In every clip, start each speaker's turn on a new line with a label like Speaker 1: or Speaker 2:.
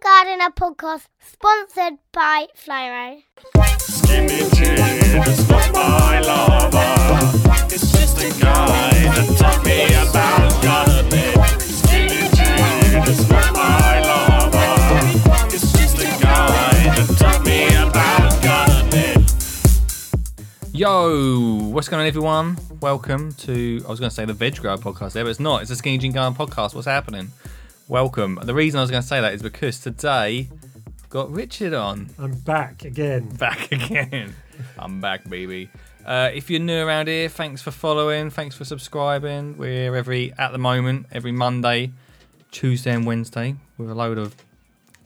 Speaker 1: Gardener podcast sponsored by Flyro.
Speaker 2: It's not my lover. It's just a guy that taught me about gardening. Skinny Jane is not my lover. It's just a guy that taught me about gardening.
Speaker 3: Yo, what's going on, everyone? Welcome to, I was going to say the Veg Grower podcast there, but it's not. It's a Skinny Jean Garden podcast. What's happening? Welcome. The reason I was going to say that is because today I've got Richard on.
Speaker 4: I'm back again.
Speaker 3: Back again. I'm back, baby. Uh, if you're new around here, thanks for following. Thanks for subscribing. We're every, at the moment, every Monday, Tuesday, and Wednesday with a load of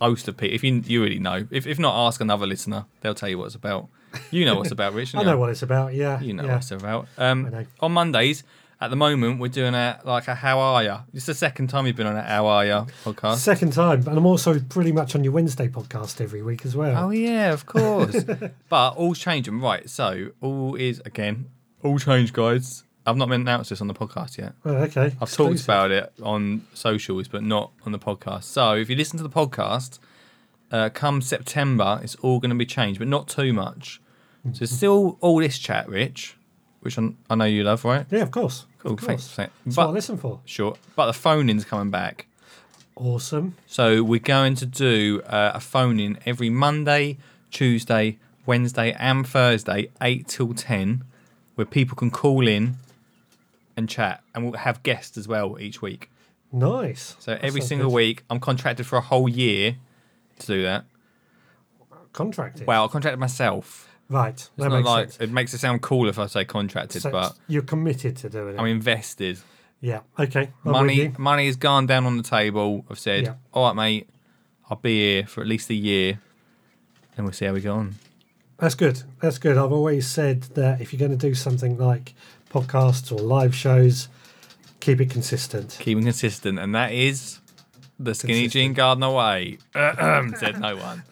Speaker 3: host of people. If you, you already know, if, if not, ask another listener. They'll tell you what it's about. You know what's about, Richard.
Speaker 4: I know what it's about. Yeah,
Speaker 3: you know
Speaker 4: yeah.
Speaker 3: what it's about. Um,
Speaker 4: I know.
Speaker 3: On Mondays, at the moment, we're doing a like a How Are Ya? It's the second time you've been on a How Are Ya podcast.
Speaker 4: Second time, and I'm also pretty much on your Wednesday podcast every week as well.
Speaker 3: oh yeah, of course. but all's changing, right? So all is again, all change, guys. I've not been announced this on the podcast yet.
Speaker 4: Oh, okay.
Speaker 3: I've
Speaker 4: Exclusive.
Speaker 3: talked about it on socials, but not on the podcast. So if you listen to the podcast, uh, come September, it's all going to be changed, but not too much.
Speaker 4: Mm-hmm.
Speaker 3: So it's still all this chat, Rich, which I I know you love, right?
Speaker 4: Yeah, of course.
Speaker 3: Cool,
Speaker 4: of course.
Speaker 3: thanks. thanks.
Speaker 4: That's
Speaker 3: But-
Speaker 4: what I listen for.
Speaker 3: Sure. But the phone in's coming back.
Speaker 4: Awesome.
Speaker 3: So we're going to do uh, a phone in every Monday, Tuesday, Wednesday, and Thursday, 8 till 10, where people can call in and chat. And we'll have guests as well each week.
Speaker 4: Nice.
Speaker 3: So every single week, I'm contracted for a whole year to do that.
Speaker 4: week. Contracted.
Speaker 3: Well, I contracted myself.
Speaker 4: right.
Speaker 3: It's
Speaker 4: that
Speaker 3: not
Speaker 4: makes
Speaker 3: like
Speaker 4: sense.
Speaker 3: it makes it sound cool if I say contracted,
Speaker 4: So
Speaker 3: but
Speaker 4: you're committed to doing it.
Speaker 3: I'm invested.
Speaker 4: yeah. Okay. I'm with
Speaker 3: money
Speaker 4: you.
Speaker 3: money has gone down on the table. I've said,
Speaker 4: Yeah.
Speaker 3: all right, mate, I'll be here for at least a year, and we'll see how we go on.
Speaker 4: That's good. That's good. I've always said that if you're going to do something like podcasts or live shows, keep it consistent.
Speaker 3: Keeping consistent, and that is the skinny jean garden away. said no one.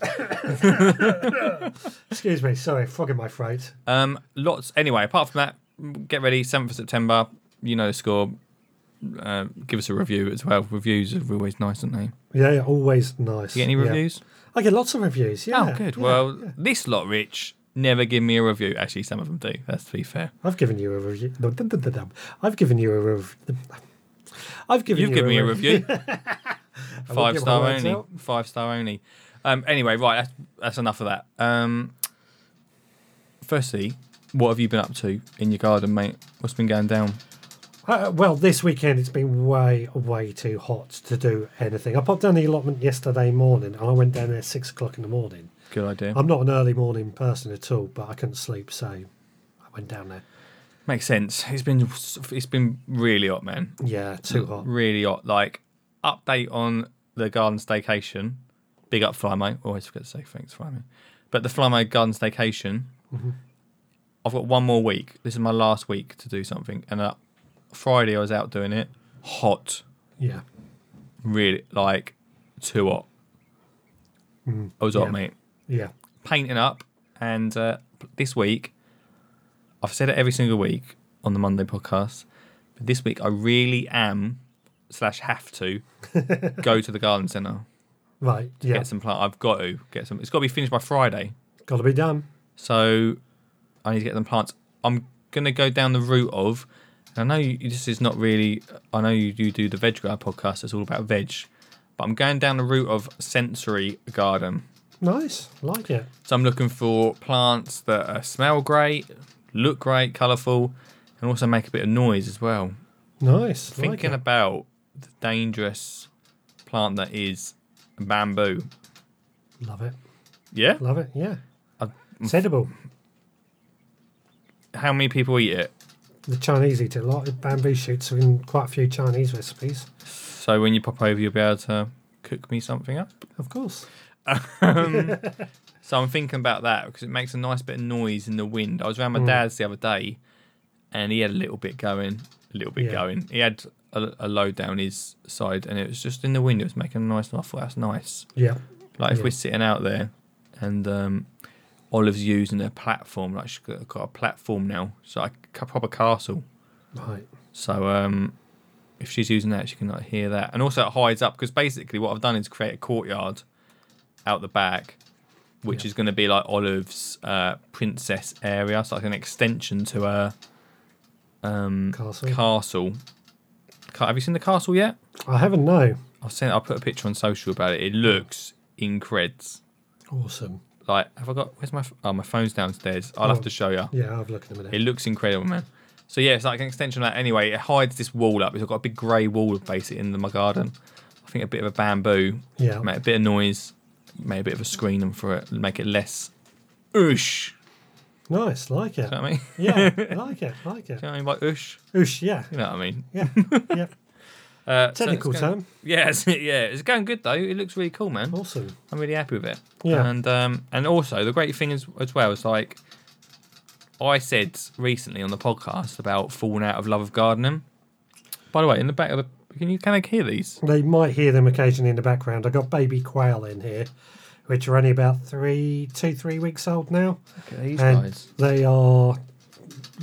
Speaker 4: Excuse me. Sorry, frog in my throat.
Speaker 3: Um, lots. Anyway, apart from that, get ready. Seventh of September. You know the score. Uh, give us a review as well. Reviews are always nice, aren't they? You
Speaker 4: Yeah, yeah, always nice.
Speaker 3: get any
Speaker 4: Yeah.
Speaker 3: reviews?
Speaker 4: I get lots of reviews. Yeah.
Speaker 3: oh, good.
Speaker 4: yeah.
Speaker 3: well, this lot, Rich, never give me a review. Actually, some of them do. That's to be fair.
Speaker 4: I've given you a review. no, dum, dum, dum, dum. I've given you a review. I've given
Speaker 3: You've
Speaker 4: you
Speaker 3: given
Speaker 4: a
Speaker 3: me a
Speaker 4: rev-
Speaker 3: review.
Speaker 4: I won't
Speaker 3: Five
Speaker 4: get my
Speaker 3: star
Speaker 4: words
Speaker 3: only.
Speaker 4: out.
Speaker 3: Five star only. Um, anyway, right, that's, that's enough of that. Um, firstly, what have you been up to in your garden, mate? What's been going down?
Speaker 4: Uh, well, this weekend it's been way, way too hot to do anything. I popped down the allotment yesterday morning, and I went down there at six o'clock in the morning.
Speaker 3: Good idea.
Speaker 4: I'm not an early morning person at all, but I couldn't sleep, so I went down there.
Speaker 3: Makes sense. It's been it's been really hot, man.
Speaker 4: Yeah, too
Speaker 3: Mm.
Speaker 4: hot.
Speaker 3: Really hot. Like update on the garden staycation. Big up Flymo. Always forget to say thanks, Flymo. But the Flymo garden staycation. I've got one more week. This is my last week to do something, and uh, Friday I was out doing it. Hot.
Speaker 4: Yeah,
Speaker 3: really like too hot. I
Speaker 4: Mm.
Speaker 3: was
Speaker 4: yeah.
Speaker 3: hot, mate.
Speaker 4: yeah.
Speaker 3: Painting up, and uh, this week, I've said it every single week on the Monday podcast, but this week I really am slash have to go to the garden centre
Speaker 4: Right. Yeah,
Speaker 3: get some plant. I've got to get some. It's got to be finished by Friday,
Speaker 4: got to be done.
Speaker 3: so I need to get them plants. I'm gonna go down the route of. And I know you, this is not really. I know you, you do the veg guy podcast. It's all about veg, but I'm going down the route of sensory garden.
Speaker 4: Nice, like it.
Speaker 3: So I'm looking for plants that uh, smell great, look great, colourful, and also make a bit of noise as well.
Speaker 4: Nice. like
Speaker 3: Thinking
Speaker 4: it.
Speaker 3: about the dangerous plant that is bamboo.
Speaker 4: love it,
Speaker 3: Yeah.
Speaker 4: love it. Yeah,
Speaker 3: I-
Speaker 4: it's edible.
Speaker 3: How many people eat it?
Speaker 4: the Chinese eat it a lot. The Bamboo shoots are in quite a few Chinese recipes.
Speaker 3: So when you pop over, you'll be able to cook me something up.
Speaker 4: Of course.
Speaker 3: Um, So I'm thinking about that because it makes a nice bit of noise in the wind. I was around my
Speaker 4: Mm.
Speaker 3: dad's the other day, and he had a little bit going, a little bit
Speaker 4: Yeah.
Speaker 3: going. He had a, a load down his side, and it was just in the wind. It was making a nice. noise. I thought that's nice.
Speaker 4: Yeah.
Speaker 3: Like if
Speaker 4: Yeah.
Speaker 3: we're sitting out there, and um, Olive's using a platform. Like she's got, got a platform now, so like a proper castle.
Speaker 4: Right.
Speaker 3: So um, if she's using that, she can like hear that, and also it hides up because basically what I've done is create a courtyard out the back, which is going to be like Olive's uh, princess area. It's like an extension to her Mm.
Speaker 4: Castle.
Speaker 3: castle. Ca- Have you seen the castle yet?
Speaker 4: I haven't no.
Speaker 3: I've seen. I put a picture on social about it. It looks increds.
Speaker 4: Awesome.
Speaker 3: Like, have I got? Where's my? ph- Oh, my phone's downstairs. I'll have to show you.
Speaker 4: Yeah, I'll have a look in a minute.
Speaker 3: It looks incredible, man. So yeah, it's like an extension of that. Anyway, it hides this wall up. It's got a big grey wall basically in the, my garden. I think a bit of a bamboo.
Speaker 4: Yeah.
Speaker 3: Make a bit of noise. Make a bit of a screen and for it, make it less. Oosh.
Speaker 4: nice, like it.
Speaker 3: You know what I mean? You
Speaker 4: yeah, like it, like it.
Speaker 3: know what I mean by oosh?
Speaker 4: Oosh, yeah,
Speaker 3: You know what I mean?
Speaker 4: yeah, yeah.
Speaker 3: Uh, so
Speaker 4: Technical
Speaker 3: it's going-
Speaker 4: term.
Speaker 3: Yeah, it's, yeah. It's going good though. It looks really cool, man.
Speaker 4: Awesome.
Speaker 3: I'm really happy with it.
Speaker 4: Yeah.
Speaker 3: And um and also the great thing is as well is like I said recently on the podcast about falling out of love of gardening. By the way, in the back of the can you kind of hear these?
Speaker 4: They might hear them occasionally in the background. I got baby quail in here, which are only about three, two, three weeks old now,
Speaker 3: Look at these
Speaker 4: and
Speaker 3: guys
Speaker 4: they are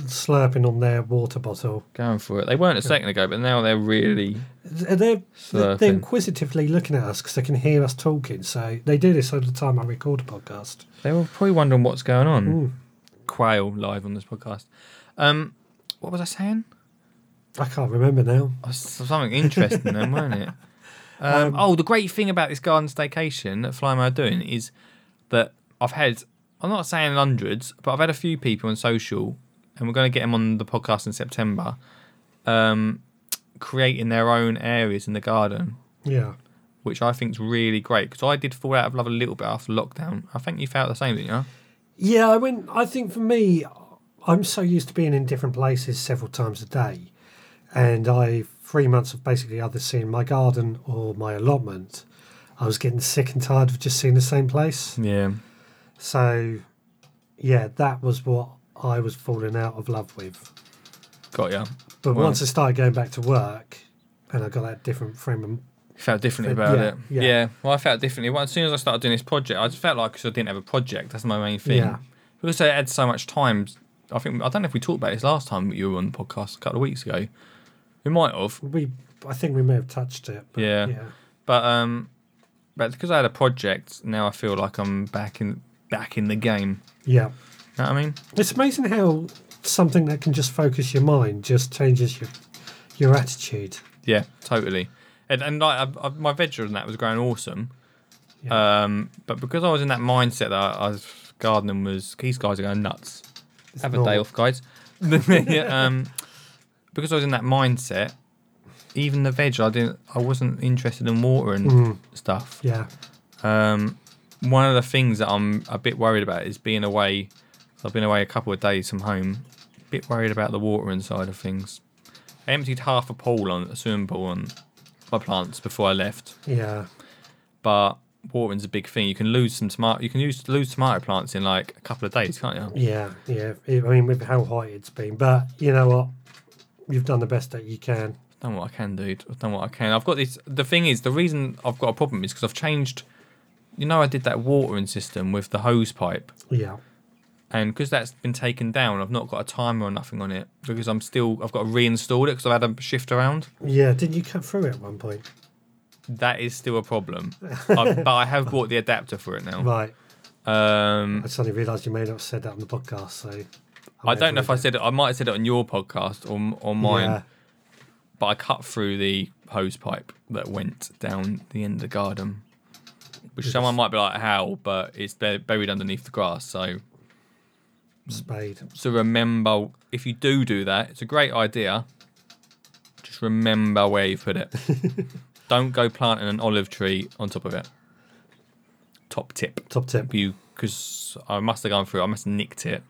Speaker 4: slurping on their water bottle.
Speaker 3: going for it. They weren't a second ago, but now they're really
Speaker 4: Th- They're they're
Speaker 3: Slurping.
Speaker 4: inquisitively looking at us because they can hear us talking. So they do this all the time. I record a podcast.
Speaker 3: they were probably wondering what's going on. Quail live on this podcast. Um what was I saying?
Speaker 4: I can't remember now.
Speaker 3: Oh, s- something interesting then, weren't it? Um, oh, the great thing about this garden staycation that Flymo are doing is that I've had, I'm not saying hundreds, but I've had a few people on social, and we're going to get them on the podcast in September, um, creating their own areas in the garden,
Speaker 4: Yeah,
Speaker 3: which I think is really great. Because I did fall out of love a little bit after lockdown. I think you felt the same, didn't you?
Speaker 4: yeah. I mean, I think for me, I'm so used to being in different places several times a day, and I three months of basically either seeing my garden or my allotment. I was getting sick and tired of just seeing the same place.
Speaker 3: Yeah.
Speaker 4: So, yeah, that was what I was falling out of love with.
Speaker 3: Got you.
Speaker 4: But
Speaker 3: Well-
Speaker 4: once I started going back to work, and I got that different frame of
Speaker 3: felt differently
Speaker 4: Fe-
Speaker 3: about
Speaker 4: yeah,
Speaker 3: it.
Speaker 4: yeah.
Speaker 3: Yeah. Well, I felt differently. Well, as soon as I started doing this project, I just felt like 'cause I didn't have a project. That's my main thing.
Speaker 4: Yeah.
Speaker 3: But also, I had so much time. I think I don't know if we talked about this last time you were on the podcast a couple of weeks ago. We might have,
Speaker 4: we. I think we may have touched it. But
Speaker 3: Yeah. but um, but because I had a project, now I feel like I'm back in back in the game.
Speaker 4: yeah.
Speaker 3: You know what I mean?
Speaker 4: It's amazing how something that can just focus your mind just changes your your attitude.
Speaker 3: Yeah, totally. And, and like I, I, my veg and that was growing awesome. Um, but because I was in that mindset that I, I was gardening was these guys are going nuts. Have a day
Speaker 4: normal.
Speaker 3: off, guys. um, because I was in that mindset, even the veg I didn't. I wasn't interested in watering stuff.
Speaker 4: Yeah,
Speaker 3: Um, one of the things that I'm a bit worried about is being away. I've been away a couple of days from home. Bit worried about the watering side of things. I emptied half a pool on a swimming pool on my plants before I left,
Speaker 4: yeah,
Speaker 3: but watering's a big thing. You can lose some tomato. You can use, lose tomato plants in like a couple of days, can't you?
Speaker 4: yeah, yeah. I mean, with how hot it's been, but you know what? You've done the best that you can.
Speaker 3: done what I can, dude. I've done what I can. I've got this. The thing is, the reason I've got a problem is because I've changed. You know, I did that watering system with the hose pipe,
Speaker 4: Yeah,
Speaker 3: and because that's been taken down, I've not got a timer or nothing on it because I'm still. I've got to reinstall it because I've had a shift around.
Speaker 4: yeah. Didn't you cut through at one point?
Speaker 3: That is still a problem, I, but I have bought the adapter for it now.
Speaker 4: Right.
Speaker 3: Um,
Speaker 4: I suddenly realised you may not have said that on the podcast. So
Speaker 3: I don't know if I said it. I might have said it on your podcast or m- on mine,
Speaker 4: Yeah.
Speaker 3: but I cut through the hose pipe that went down the end of the garden. Which someone might be like, how? But it's bu- buried underneath the grass. So,
Speaker 4: Spade.
Speaker 3: so remember, if you do do that, it's a great idea. Just remember where you put it. Don't go planting an olive tree on top of it. Top tip
Speaker 4: Top tip.
Speaker 3: you because I must have gone through. I must have nicked it,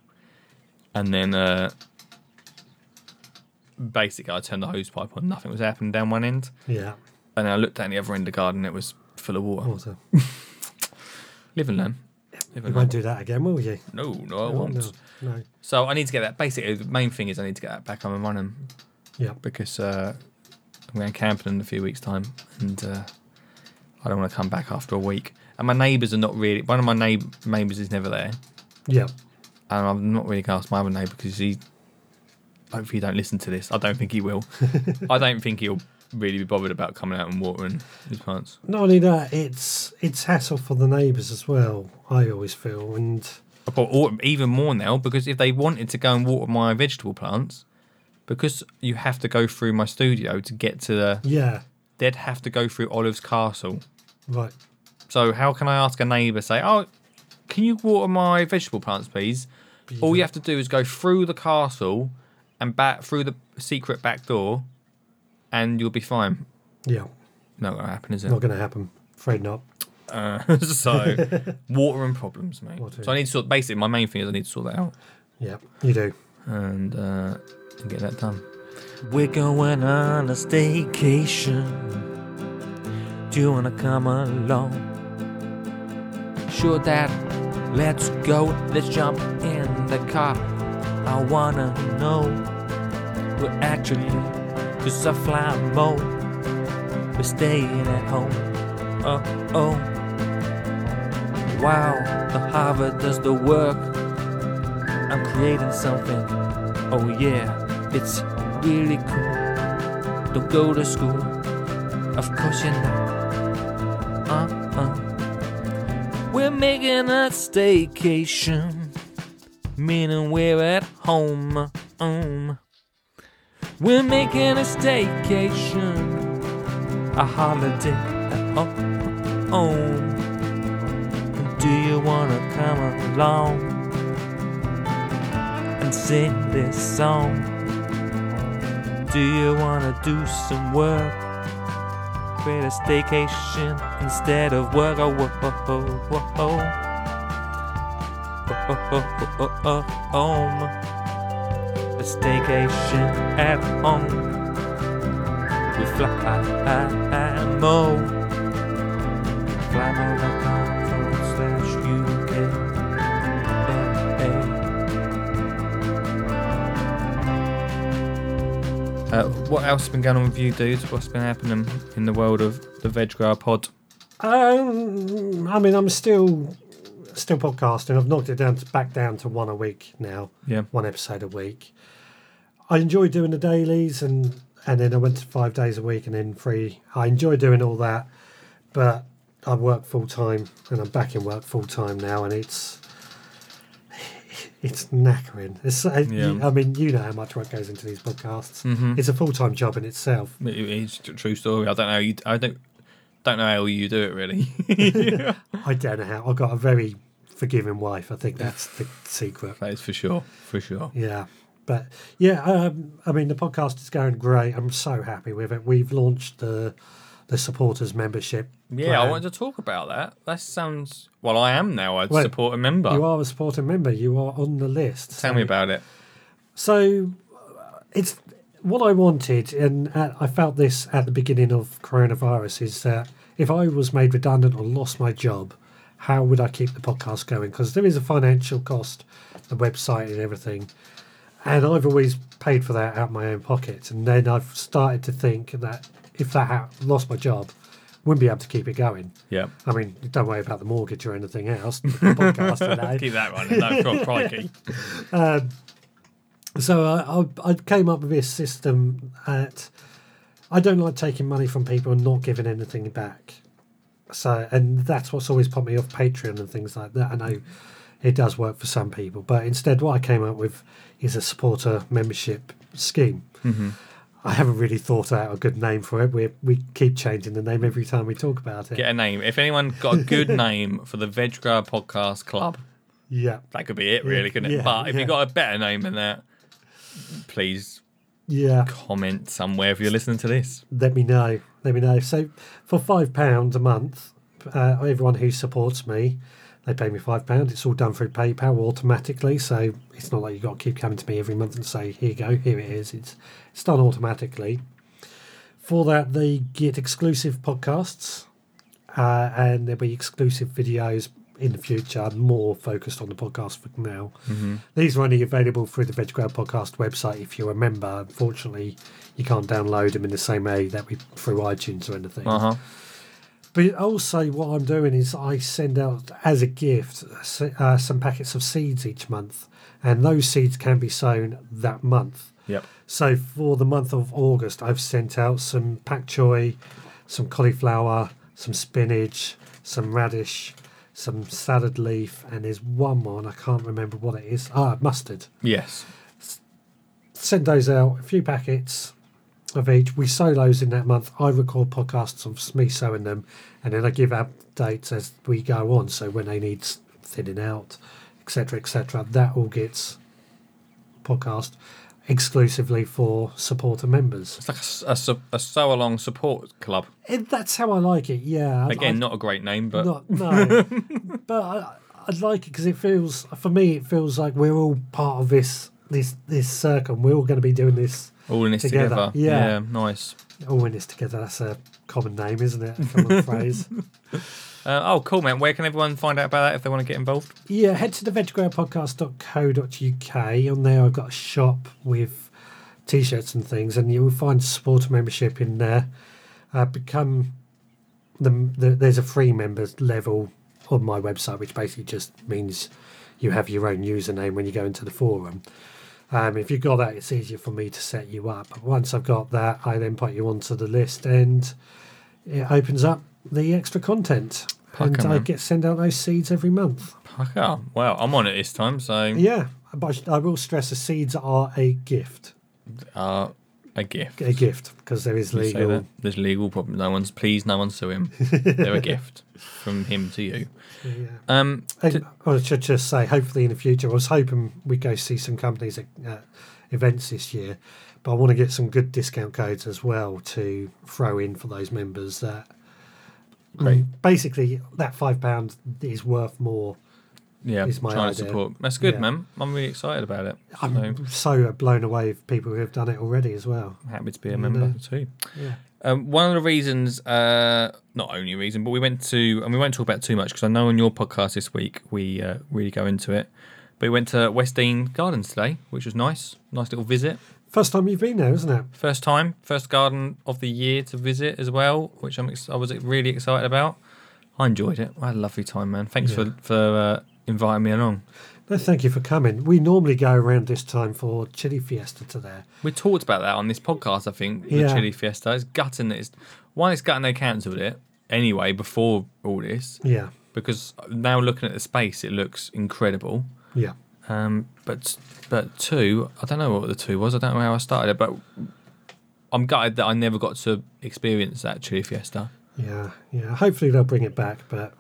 Speaker 3: and then uh, basically I turned the hose pipe on. Nothing was happening down one end,
Speaker 4: Yeah.
Speaker 3: and I looked down the other end of the garden. It was full of water.
Speaker 4: Water.
Speaker 3: Live and learn. Live
Speaker 4: You
Speaker 3: and learn.
Speaker 4: won't do that again, will you?
Speaker 3: No, no,
Speaker 4: No,
Speaker 3: I won't.
Speaker 4: No. no.
Speaker 3: So I need to get that. Basically, the main thing is I need to get that back on and running
Speaker 4: Yeah.
Speaker 3: because uh, I'm going camping in a few weeks' time, and uh, I don't want to come back after a week. And my neighbours are not really. One of my neigh- neighbours is never there.
Speaker 4: Yeah.
Speaker 3: and I'm not really going to ask my other neighbour because he. Hopefully, he don't listen to this. I don't think he will. I don't think he'll really be bothered about coming out and watering these plants.
Speaker 4: Not only that, it's it's hassle for the neighbours as well. I always feel, and
Speaker 3: I've got all- even more now because if they wanted to go and water my vegetable plants, because you have to go through my studio to get to the,
Speaker 4: yeah,
Speaker 3: they'd have to go through Olive's castle.
Speaker 4: right,
Speaker 3: So how can I ask a neighbour, say, oh, can you water my vegetable plants, please? All you have to do is go through the castle and back through the secret back door, and you'll be fine.
Speaker 4: yeah,
Speaker 3: Not gonna happen, is it?
Speaker 4: not going to happen. Afraid not.
Speaker 3: Uh, so watering problems, mate.
Speaker 4: Watering.
Speaker 3: So I need to sort. Basically, my main thing is I need to sort that out
Speaker 4: Yeah, you do.
Speaker 3: and, uh, and get that done.
Speaker 5: We're going on a staycation. Do you wanna come along? Sure, Dad. Let's go. Let's jump in the car. I wanna know. We're actually just a fly mode. We're staying at home. Uh oh. Wow, the Harvard does the work. I'm creating something. Oh yeah, it's really cool. Don't go to school. Of course you're not. Uh uh. We're making a staycation, meaning we're at home. Um. We're making a staycation, a holiday at ho- home. Do you wanna come along? and sing this song. Do you wanna do some work? Create a staycation instead of work. Oh, whoa, whoa, whoa, whoa, whoa. Oh, oh, oh, oh, oh, oh, home. A staycation at home. We fly, mo. Flymo.com forward slash UK. Eh, eh.
Speaker 3: Uh, what else has been going on with you, dudes? What's been happening in the world of the Veg Grower Pod?
Speaker 4: Um, I mean, I'm still still podcasting. I've knocked it down to, back down to one a week now.
Speaker 3: Yeah.
Speaker 4: one episode a week. I enjoy doing the dailies, and and then I went to five days a week, and then three. I enjoy doing all that, but I work full time, and I'm back in work full time now, and it's it's knackering. It's,
Speaker 3: Yeah.
Speaker 4: I mean, you know how much work goes into these podcasts.
Speaker 3: Mhm.
Speaker 4: It's a full time job in itself.
Speaker 3: It- It's a true story. I don't know. How you, I don't don't know how you do it really.
Speaker 4: I don't know how. I've got a very forgiving wife. I think that's the secret.
Speaker 3: that is for sure. For sure.
Speaker 4: Yeah. But yeah, um, I mean, the podcast is going great. I'm so happy with it. We've launched the the supporters membership.
Speaker 3: Yeah, I
Speaker 4: plan.
Speaker 3: wanted to talk about that. That sounds. Well, I am now. I
Speaker 4: Well,
Speaker 3: support a member.
Speaker 4: You are a supporter member. You are on the list.
Speaker 3: Tell me about it.
Speaker 4: So uh, it's what I wanted, and uh, I felt this at the beginning of coronavirus is that if I was made redundant or lost my job, how would I keep the podcast going? Because there is a financial cost, the website and everything. And I've always paid for that out of my own pocket. And then I've started to think that if that ha- lost my job, wouldn't be able to keep it going.
Speaker 3: Yeah.
Speaker 4: I mean, don't worry about the mortgage or anything else. The podcast and that.
Speaker 3: Keep that one. No, God, crikey.
Speaker 4: So I, I, I came up with this system that I don't like taking money from people and not giving anything back. So and that's what's always put me off Patreon and things like that. I know it does work for some people, but instead, what I came up with is a supporter membership scheme. I haven't really thought out a good name for it. We we keep changing the name every time we talk about it.
Speaker 3: Get a name. If anyone got a good name for the Veg Grower Podcast Club,
Speaker 4: yeah,
Speaker 3: that could be it, really, couldn't it?
Speaker 4: yeah,
Speaker 3: But if
Speaker 4: yeah.
Speaker 3: you got a better name than that, please
Speaker 4: yeah.
Speaker 3: comment somewhere if you're listening to this.
Speaker 4: let me know. Let me know. So for five pounds a month, uh, everyone who supports me, they pay me five pounds. It's all done through PayPal automatically, so it's not like you got to keep coming to me every month and say, "Here you go, here it is." It's it's done automatically. For that, they get exclusive podcasts, uh, and there'll be exclusive videos in the future, more focused on the podcast for now. These are only available through the Veg Grab Podcast website if you're a member. Unfortunately, you can't download them in the same way that we through iTunes or anything.
Speaker 3: Uh huh.
Speaker 4: But also, what I'm doing is I send out as a gift s- uh, some packets of seeds each month, and those seeds can be sown that month.
Speaker 6: Yep.
Speaker 4: So for the month of August, I've sent out some pak choi, some cauliflower, some spinach, some radish, some salad leaf, and there's one more, and I can't remember what it is. Ah, mustard.
Speaker 3: Yes.
Speaker 4: Send those out, a few packets of each. We sow those in that month. I record podcasts of me sowing them, and then I give updates as we go on. So when they need s- thinning out, etc., etc., that all gets podcast exclusively for supporter members.
Speaker 3: It's like a s- a, su- a sew along support club.
Speaker 4: And that's how I like it. Yeah. I-
Speaker 3: Again,
Speaker 4: I-
Speaker 3: Oh, not a great name, but
Speaker 4: not no, but I, I like it because it feels for me it feels like we're all part of this this this circle. and We're all going to be doing this
Speaker 3: all in this
Speaker 4: Together,
Speaker 3: together.
Speaker 4: yeah.
Speaker 3: nice.
Speaker 4: all in this together. That's a common name, isn't it? A common phrase.
Speaker 3: Uh, oh, cool, man. Where can everyone find out about that if they want to get involved?
Speaker 4: Yeah, head to the veggroundpodcast.co.uk. On there, I've got a shop with t-shirts and things, and you will find supporter membership in there. Uh, become the, the there's a free members level on my website, which basically just means you have your own username when you go into the forum. Um, if you've got that, it's easier for me to set you up. Once I've got that, I then put you onto the list, and it opens up the extra content.
Speaker 3: Pucker,
Speaker 4: and I
Speaker 3: man.
Speaker 4: get send out those seeds every month.
Speaker 3: Okay. oh, Well, I'm on it this time, so
Speaker 4: Yeah, but I sh- I will stress the seeds are a gift.
Speaker 3: uh, a gift.
Speaker 4: A gift, because there is
Speaker 3: You say that.
Speaker 4: legal.
Speaker 3: There's legal problem. No one's please, no one sue him. They're a gift from him to you.
Speaker 4: Yeah.
Speaker 3: Um,
Speaker 4: And I should just say, hopefully in the future, I was hoping we'd go see some companies at uh, events this year, but I want to get some good discount codes as well to throw in for those members that. mm,
Speaker 3: Great.
Speaker 4: Basically, that five pound is worth more.
Speaker 3: yeah,
Speaker 4: is my
Speaker 3: trying to
Speaker 4: idea.
Speaker 3: support. That's good,
Speaker 4: Yeah.
Speaker 3: man. I'm really excited about it. So
Speaker 4: I'm so blown away of people who have done it already as well.
Speaker 3: happy to be a member
Speaker 4: know.
Speaker 3: too.
Speaker 4: Mm-hmm. Yeah.
Speaker 3: Um, one of the reasons, uh, not only reason, but we went to, and we won't talk about it too much because I know on your podcast this week we uh, really go into it. But we went to West Dean Gardens today, which was nice. Nice little visit.
Speaker 4: First time you've been there, isn't it?
Speaker 3: First time, first garden of the year to visit as well, which I'm ex- I was really excited about. I enjoyed it. I had a lovely time, man. Thanks
Speaker 4: Yeah.
Speaker 3: for for uh, inviting me along.
Speaker 4: No, thank you for coming. We normally go around this time for Chili Fiesta to there.
Speaker 3: We talked about that on this podcast, I think, the
Speaker 4: Yeah.
Speaker 3: Chili Fiesta. It's gutting that it's one, it's gutting they cancelled it anyway before all this
Speaker 4: Yeah,
Speaker 3: because now looking at the space, it looks incredible.
Speaker 4: yeah.
Speaker 3: Um, but but two, I don't know what the two was. I don't know how I started it, but I'm gutted that I never got to experience that Chili Fiesta.
Speaker 4: Yeah, yeah. Hopefully they'll bring it back, but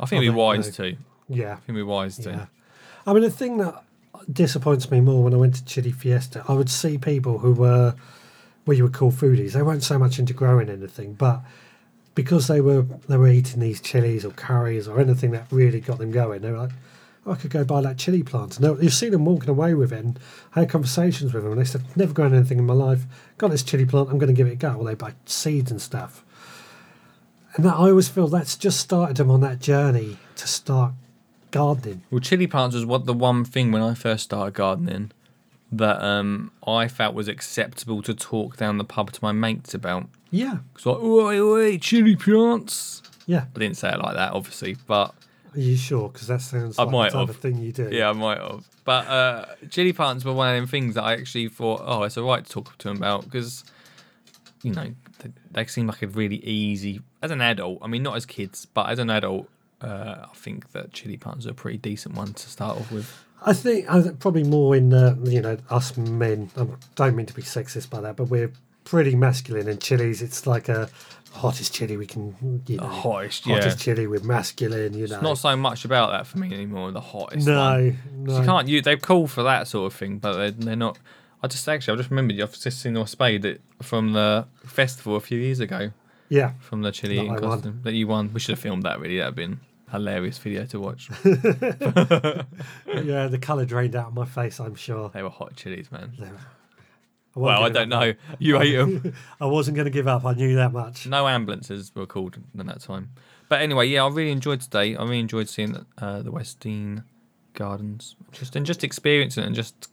Speaker 3: I think it'd be
Speaker 4: Oh,
Speaker 3: wise
Speaker 4: no.
Speaker 3: to. I
Speaker 4: yeah,
Speaker 3: think it'd be wise to.
Speaker 4: yeah. I mean, the thing that disappoints me more when I went to Chili Fiesta, I would see people who were what you would call foodies. They weren't so much into growing anything, but because they were they were eating these chilies or curries or anything that really got them going, they were like, oh, "I could go buy that chili plant." No, you see them walking away with it. And I had conversations with them, and they said, "Never grown anything in my life. Got this chili plant. I'm going to give it a go." Well, they buy seeds and stuff. And that, I always feel that's just started them on that journey to start gardening.
Speaker 3: Well, chili plants was what the one thing when I first started gardening that um, I felt was acceptable to talk down the pub to my mates about.
Speaker 4: Yeah,
Speaker 3: It's like, oi, oi, chili plants.
Speaker 4: yeah.
Speaker 3: I didn't say it like that, obviously, but
Speaker 4: Are you sure? Because that sounds
Speaker 3: I
Speaker 4: like
Speaker 3: might
Speaker 4: the type of
Speaker 3: have.
Speaker 4: thing you do.
Speaker 3: Yeah, I might have. But uh, chili plants were one of them things that I actually thought, oh, it's all right to talk to them about because, you know, they, they seem like a really easy. As an adult, I mean, not as kids, but as an adult, uh, I think that chili plants are a pretty decent one to start off with.
Speaker 4: I think I think probably more in the you know us men. I don't mean to be sexist by that, but we're pretty masculine. And chilies, it's like a hottest chili we can you know
Speaker 3: hottest,
Speaker 4: hottest
Speaker 3: yeah.
Speaker 4: chili. We're masculine, you know.
Speaker 3: It's not so much about that for me anymore. The hottest. one.
Speaker 4: no,
Speaker 3: 'Cause
Speaker 4: no.
Speaker 3: You can't. You they're cool for that sort of thing, but they're, they're not. I just actually, I just remembered. I've just seen your spade that- from the festival a few years ago.
Speaker 4: Yeah,
Speaker 3: from the chili
Speaker 4: That
Speaker 3: eating
Speaker 4: I won.
Speaker 3: costume that you won. We should have filmed that. Really, that'd been a hilarious video to watch.
Speaker 4: yeah. The colour drained out of my face. I'm sure.
Speaker 3: they were hot chilies, man.
Speaker 4: I won't
Speaker 3: Well, I
Speaker 4: give
Speaker 3: don't
Speaker 4: up.
Speaker 3: know. You ate them.
Speaker 4: I wasn't going to give up. I knew that much.
Speaker 3: no ambulances were called in that time. But anyway, yeah, I really enjoyed today. I really enjoyed seeing uh, the West Dean Gardens, just and just experiencing it and just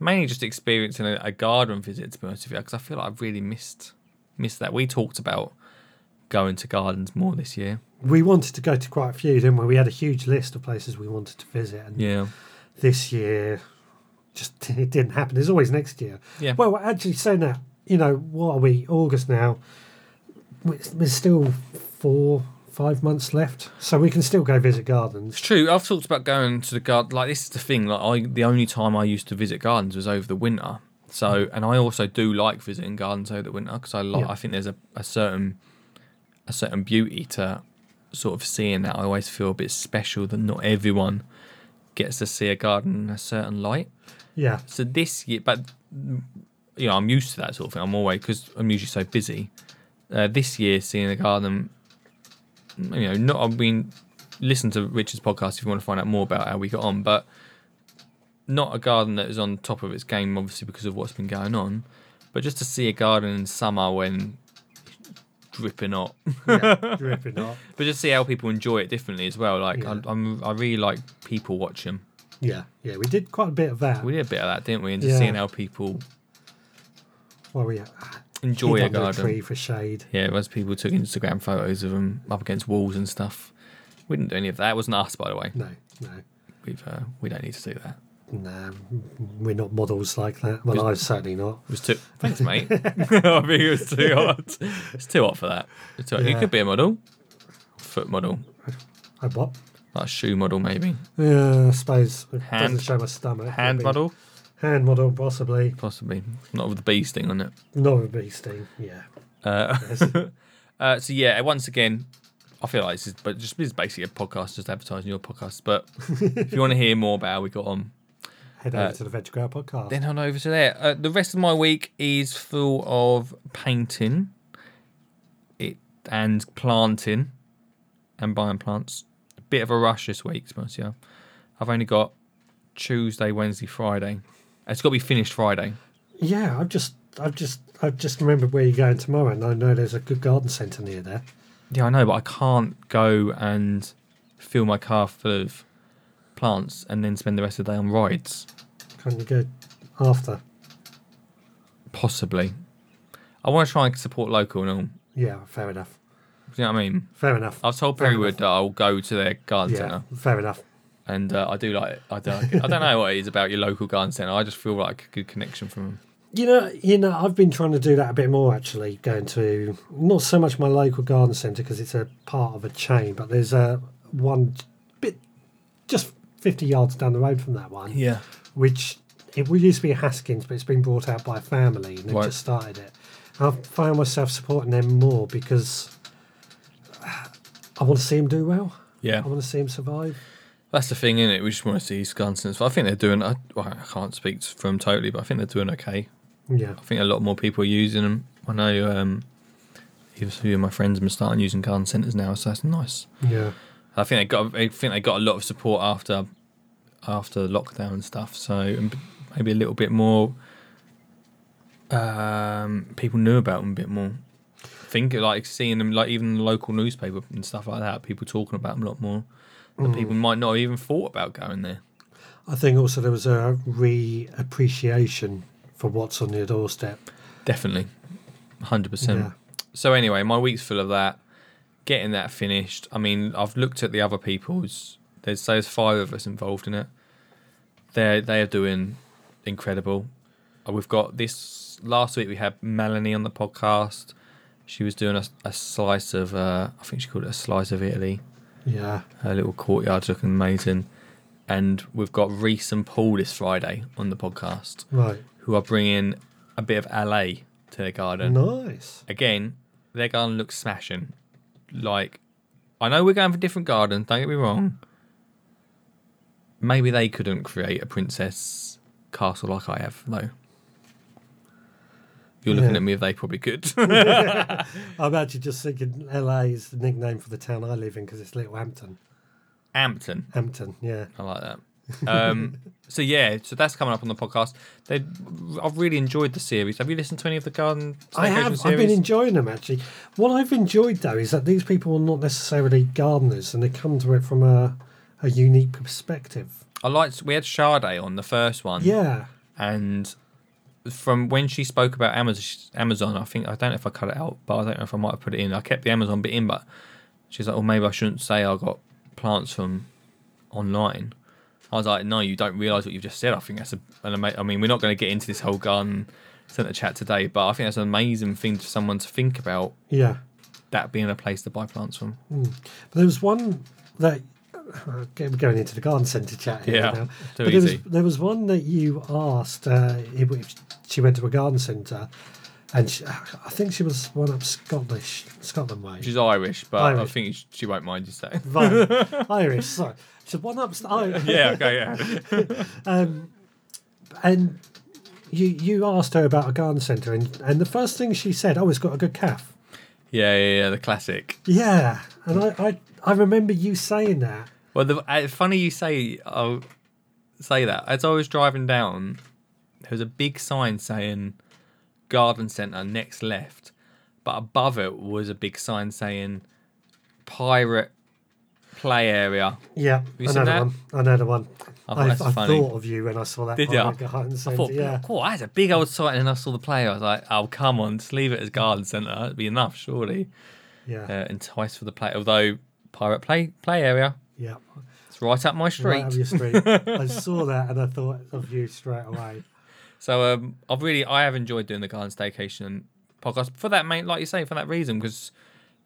Speaker 3: mainly just experiencing a, a garden visit to be honest with you, because I feel like I've really missed missed that. We talked about going to gardens more this year.
Speaker 4: We wanted to go to quite a few, didn't we? We had a huge list of places we wanted to visit, and
Speaker 3: Yeah.
Speaker 4: this year just it didn't happen. There's always next year.
Speaker 3: Yeah.
Speaker 4: Well, we're actually saying that, you know, what are we? August now. We- There's still four, five months left, so we can still go visit gardens.
Speaker 3: It's true. I've talked about going to the garden. Like this is the thing. Like I, the only time I used to visit gardens was over the winter. So, and I also do like visiting gardens over the winter because I like.
Speaker 4: Yeah.
Speaker 3: I think there's a, a certain, a certain beauty to, sort of seeing that. I always feel a bit special that not everyone gets to see a garden in a certain light.
Speaker 4: Yeah.
Speaker 3: So this year, but you know, I'm used to that sort of thing. I'm always because I'm usually so busy. Uh, this year, seeing the garden, you know, not. I mean, listen to Richard's podcast if you want to find out more about how we got on, but not a garden that is on top of its game, obviously because of what's been going on. But just to see a garden in summer when it's dripping hot,
Speaker 4: yeah dripping up.
Speaker 3: but just see how people enjoy it differently as well. Like
Speaker 4: Yeah.
Speaker 3: I, I'm, I really like people watching.
Speaker 4: Yeah. Yeah. We did quite a bit of that.
Speaker 3: We did a bit of that, didn't we? And just
Speaker 4: Yeah.
Speaker 3: seeing how people
Speaker 4: Well, we
Speaker 3: enjoy
Speaker 4: hid
Speaker 3: a
Speaker 4: under
Speaker 3: garden.
Speaker 4: tree for shade.
Speaker 3: Yeah, as people took Instagram photos of them up against walls and stuff. We didn't do any of that. It wasn't us, by the way.
Speaker 4: No, no,
Speaker 3: We've uh, we don't need to do that.
Speaker 4: no. We're not models like that. Well, I'm certainly not.
Speaker 3: It was too. Thanks, mate. I think it was too hot. It's too hot for that. It's too hot. You
Speaker 4: Yeah.
Speaker 3: could be a model, foot model,
Speaker 4: I what?
Speaker 3: like a shoe model maybe,
Speaker 4: Yeah, I suppose it
Speaker 3: Hand-
Speaker 4: doesn't show my stomach.
Speaker 3: hand
Speaker 4: Maybe.
Speaker 3: model,
Speaker 4: Hand model, possibly.
Speaker 3: possibly. Not with the bee sting on it.
Speaker 4: Not a bee sting. Yeah.
Speaker 3: Uh, so yeah, once again, I feel like this is but just this is basically a podcast, just advertising your podcast. But if you want to hear more about how we got on,
Speaker 4: Head over to the Veg Grow podcast.
Speaker 3: Uh, Then on over to there. Uh, the rest of my week is full of painting, it and planting, and buying plants. A bit of a rush this week, to be honest. Yeah, I've only got Tuesday, Wednesday, Friday. It's got to be finished Friday.
Speaker 4: yeah, I've just, I've just, I've just remembered where you're going tomorrow, and I know there's a good garden centre near there.
Speaker 3: Yeah, I know, but I can't go and fill my car full of plants and then spend the rest of the day on rides.
Speaker 4: Can you go after?
Speaker 3: Possibly. I want to try and support local and all. Do
Speaker 4: Yeah, fair enough.
Speaker 3: you know what I mean?
Speaker 4: Fair enough.
Speaker 3: I've told
Speaker 4: Fair
Speaker 3: Perrywood that I'll go to their garden
Speaker 4: yeah,
Speaker 3: centre.
Speaker 4: fair enough.
Speaker 3: and uh, I do like it. I do like it. I don't know what it is about your local garden centre. I just feel like a good connection from them.
Speaker 4: You know, you know, I've been trying to do that a bit more actually. Going to not so much my local garden centre because it's a part of a chain, but there's a one bit just fifty yards down the road from that one.
Speaker 3: Yeah.
Speaker 4: which it used to be a Haskins, but it's been brought out by a family and they
Speaker 3: Right.
Speaker 4: have just started it. And I found myself supporting them more because uh, I want to see them do well.
Speaker 3: Yeah.
Speaker 4: I want to see them survive.
Speaker 3: That's the thing, isn't it? We just want to see these garden centres. But I think they're doing, I, well, I can't speak for them totally, but I think they're doing okay.
Speaker 4: Yeah,
Speaker 3: I think a lot more people are using them. I know um, even a few of my friends have been starting using garden centres now, so that's nice.
Speaker 4: yeah,
Speaker 3: I think they got, I think they got a lot of support after after lockdown and stuff. So and maybe a little bit more. Um, people knew about them a bit more. Think like seeing them, like even the local newspaper and stuff like that. People talking about them a lot more. That people might not have even thought about going there.
Speaker 4: I think also there was a re appreciation for what's on your doorstep.
Speaker 3: Definitely, hundred
Speaker 4: Yeah.
Speaker 3: percent. So anyway, my week's full of that. Getting that finished. I mean, I've looked at the other people's. There's there's five of us involved in it. They they are doing incredible. Uh, We've got this last week. We had Melanie on the podcast. She was doing a, a slice of. Uh, I think she called it a slice of Italy.
Speaker 4: Yeah,
Speaker 3: Her little courtyard's looking amazing. And we've got Reese and Paul this Friday on the podcast,
Speaker 4: right,
Speaker 3: who are bringing a bit of LA to their garden
Speaker 4: nice.
Speaker 3: again, their garden looks smashing. Like, I know we're going for different gardens, don't get me wrong. Maybe they couldn't create a princess castle like I have, though. You're looking
Speaker 4: Yeah.
Speaker 3: at me if they probably could.
Speaker 4: I'm actually just thinking LA is the nickname for the town I live in because it's Little Hampton.
Speaker 3: Hampton.
Speaker 4: Hampton, yeah.
Speaker 3: I like that. Um, so yeah, so that's coming up on the podcast. They, I've really enjoyed the series. Have you listened to any of the garden?
Speaker 4: I
Speaker 3: staycation
Speaker 4: have. I've
Speaker 3: Series?
Speaker 4: been enjoying them actually. What I've enjoyed though is that these people are not necessarily gardeners, and they come to it from a, a unique perspective.
Speaker 3: I liked. We had Sade on the first one.
Speaker 4: Yeah,
Speaker 3: and from when she spoke about Amazon, Amazon, I think I don't know if I cut it out, but I don't know if I might have put it in. I kept the Amazon bit in, but she's like, "Oh, maybe I shouldn't say I got plants from online." I was like, no, you don't realise what you've just said. I think that's a, an ama- I mean, we're not going to get into this whole gun centre chat today, but I think that's an amazing thing for someone to think about
Speaker 4: Yeah.
Speaker 3: that being a place to buy plants from.
Speaker 4: But there was one that uh, we're going into the garden centre chat here
Speaker 3: Yeah,
Speaker 4: now.
Speaker 3: too
Speaker 4: but there was
Speaker 3: easy.
Speaker 4: there was one that you asked uh, if if she went to a garden centre, and she, I think she was one up Scottish Scotland way.
Speaker 3: She's Irish, but I
Speaker 4: Irish.
Speaker 3: think she won't mind you saying.
Speaker 4: Right. Irish, sorry. She's one up Irish.
Speaker 3: yeah, okay, yeah.
Speaker 4: And you you asked her about a garden centre, and, and the first thing she said, oh, it's got a good calf.
Speaker 3: Yeah, yeah, yeah, the classic.
Speaker 4: Yeah, and I, I I remember you saying that.
Speaker 3: Well, the, uh, funny you say I'll say that. As I was driving down, there was a big sign saying garden centre next left, but above it was a big sign saying pirate play area.
Speaker 4: Yeah,
Speaker 3: you seen
Speaker 4: another
Speaker 3: that?
Speaker 4: one. Another one.
Speaker 3: I thought
Speaker 4: I, I
Speaker 3: that's funny.
Speaker 4: thought of you when I saw that.
Speaker 3: Did
Speaker 4: one
Speaker 3: ya?
Speaker 4: at the garden
Speaker 3: I
Speaker 4: centre,
Speaker 3: thought,
Speaker 4: yeah.
Speaker 3: cool, that's a big old site. And then I saw the play. I was like, oh, come on, just leave it as garden centre. It'd be enough, surely.
Speaker 4: Yeah,
Speaker 3: Uh, entice for the play. Although, pirate play play area,
Speaker 4: yeah.
Speaker 3: it's right up my street.
Speaker 4: Right up your street. I saw that and I thought of you straight away.
Speaker 3: So um, I've really I have enjoyed doing the Garden Staycation podcast for that mate, like you say, for that reason because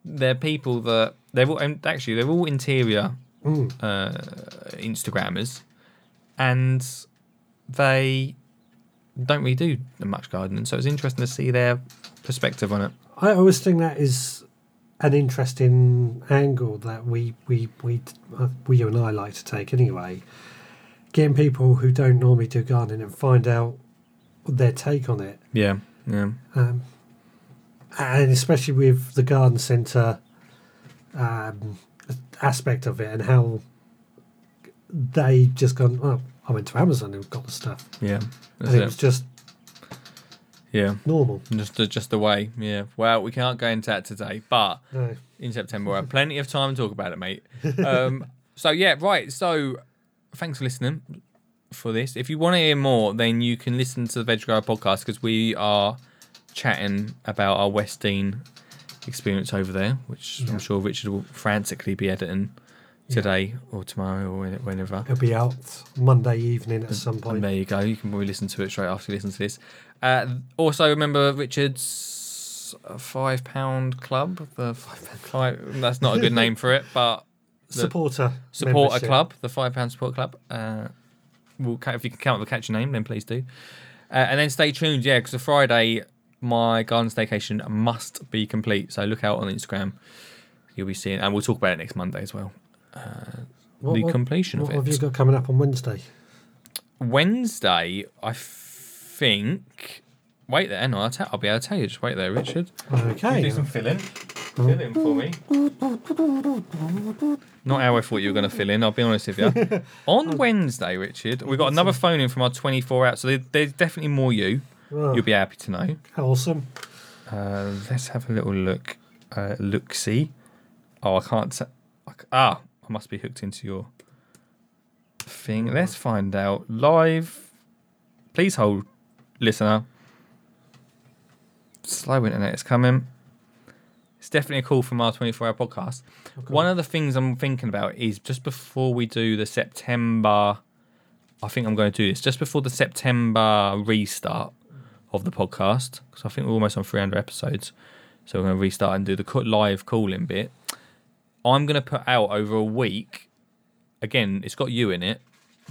Speaker 3: they're people that they're all and actually they're all interior uh, Instagrammers, and they don't really do much gardening. So it's interesting to see their perspective on it.
Speaker 4: I always think that is an interesting angle that we we we uh, we you and I like to take anyway. Getting people who don't normally do gardening and find out their take on it,
Speaker 3: Yeah, yeah,
Speaker 4: and especially with the garden centre um, aspect of it and how they just gone. Well, I went to Amazon and got the stuff,
Speaker 3: yeah.
Speaker 4: and it was just
Speaker 3: Yeah,
Speaker 4: normal.
Speaker 3: just the, just the way. Yeah. Well, we can't go into that today, but.
Speaker 4: No.
Speaker 3: in September. We'll have plenty of time to talk about it, mate. Um, so yeah, right. So thanks for listening for this. If you want to hear more, then you can listen to the Veg Grower podcast because we are chatting about our West Dean experience over there, which I'm sure Richard will frantically be editing today or tomorrow or when- whenever.
Speaker 4: It'll be out Monday evening
Speaker 3: Mm,
Speaker 4: at some point.
Speaker 3: And there you go. You can probably listen to it straight after you listen to this. Uh, also, remember Richard's uh, five pound club. The five, that's not a good name for it, but
Speaker 4: supporter
Speaker 3: support a
Speaker 4: membership.
Speaker 3: club, the five pound support club. Uh, we'll ca- if you can come up with a catchy name, then please do. Uh, and then stay tuned, yeah, because Friday my garden staycation must be complete. So look out on Instagram. You'll be seeing, and we'll talk about it next Monday as well. Uh,
Speaker 4: What-
Speaker 3: the
Speaker 4: what-
Speaker 3: completion
Speaker 4: What
Speaker 3: of
Speaker 4: have
Speaker 3: it.
Speaker 4: you got coming up on Wednesday?
Speaker 3: Wednesday, I think. Wait there, no, I'll, te- I'll be able to tell you. Just wait there, Richard.
Speaker 4: Okay.
Speaker 3: filling. Fill in for me. Not how I thought you were going to fill in, I'll be honest with you. On Wednesday, Richard, we got another phone in from our 24 hours, so there- there's definitely more you.
Speaker 4: Oh,
Speaker 3: You'll be happy to know.
Speaker 4: awesome.
Speaker 3: Uh, let's have a little look. Uh, look see. Oh, I can't. T- I c- ah, I must be hooked into your thing. Let's find out live. Please hold, listener. Slow internet is coming. It's definitely a call from our 24 hour podcast. One of the things I'm thinking about is just before we do the September, I think I'm going to do this, just before the September restart of the podcast, because I think we're almost on 300 episodes. So we're going to restart and do the cut live calling bit. I'm going to put out over a week. Again, it's got you in it.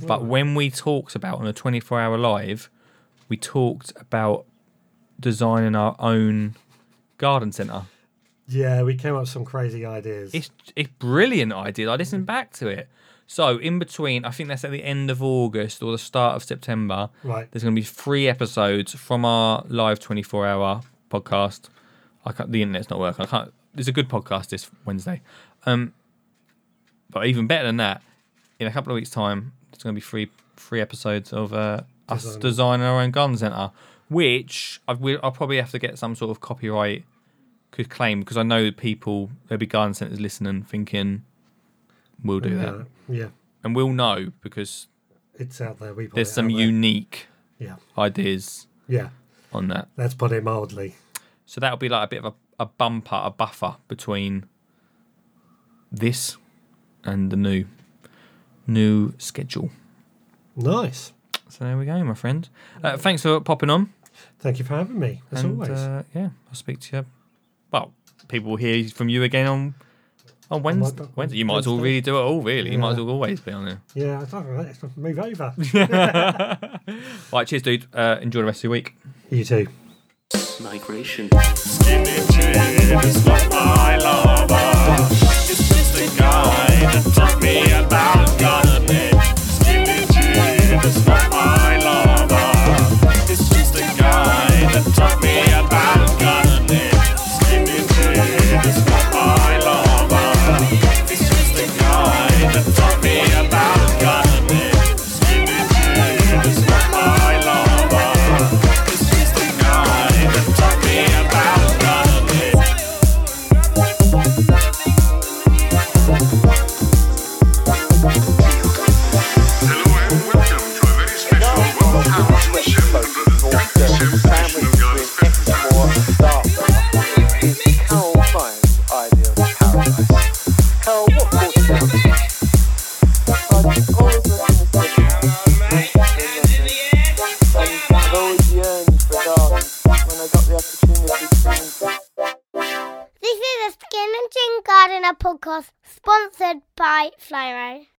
Speaker 3: But when we talked about on a 24 hour live, we talked about designing our own garden centre.
Speaker 4: Yeah, we came up with some crazy ideas.
Speaker 3: It's it's brilliant idea. I listened back to it. So in between, I think that's at the end of August or the start of September.
Speaker 4: Right.
Speaker 3: There's going to be three episodes from our live 24 hour podcast. I can't, the internet's not working. I can't. It's a good podcast this Wednesday. Um, but even better than that, in a couple of weeks' time, there's going to be three three episodes of uh, us designing our own garden center, which I've, we- I'll probably have to get some sort of copyright could claim because I know people there'll be garden centers listening thinking we'll do
Speaker 4: yeah,
Speaker 3: that
Speaker 4: yeah,
Speaker 3: and we'll know because
Speaker 4: it's out there. We put
Speaker 3: there's
Speaker 4: it
Speaker 3: some
Speaker 4: out there.
Speaker 3: unique
Speaker 4: Yeah,
Speaker 3: ideas
Speaker 4: yeah.
Speaker 3: on that.
Speaker 4: That's put it mildly.
Speaker 3: So that'll be like a bit of a, a bumper, a buffer between this and the new new schedule.
Speaker 4: Nice.
Speaker 3: So there we go, my friend. Uh, thanks for popping on.
Speaker 4: Thank you for having me, as
Speaker 3: and,
Speaker 4: always.
Speaker 3: Uh, yeah, I'll speak to you. Well, people will hear from you again on on Wednesday.
Speaker 4: might-
Speaker 3: Wednesday. You might as well
Speaker 4: Wednesday.
Speaker 3: really do it all, really. You might as
Speaker 4: Yeah.
Speaker 3: well always be on there.
Speaker 4: yeah, I don't know. Let's move over.
Speaker 3: Right, cheers, dude. Uh, enjoy the rest of your week.
Speaker 4: you too.
Speaker 6: Migration.
Speaker 2: Skinny Jane is not my lover. It's just a guy that taught me about gardening. Skinny Jane is not my lover. It's just a guy that taught me about gardening. Skinny Jane is not my lover. It's just a guy that taught me about gardening. Skinny Jane is not my lover. It's just a guy that taught me about gardening.
Speaker 7: Hello and welcome to a very special World Cup Chef and Brothers Practice Chef Selection of Garden Festival.
Speaker 1: This is a Skin and Chin Gardener podcast sponsored by Flyro.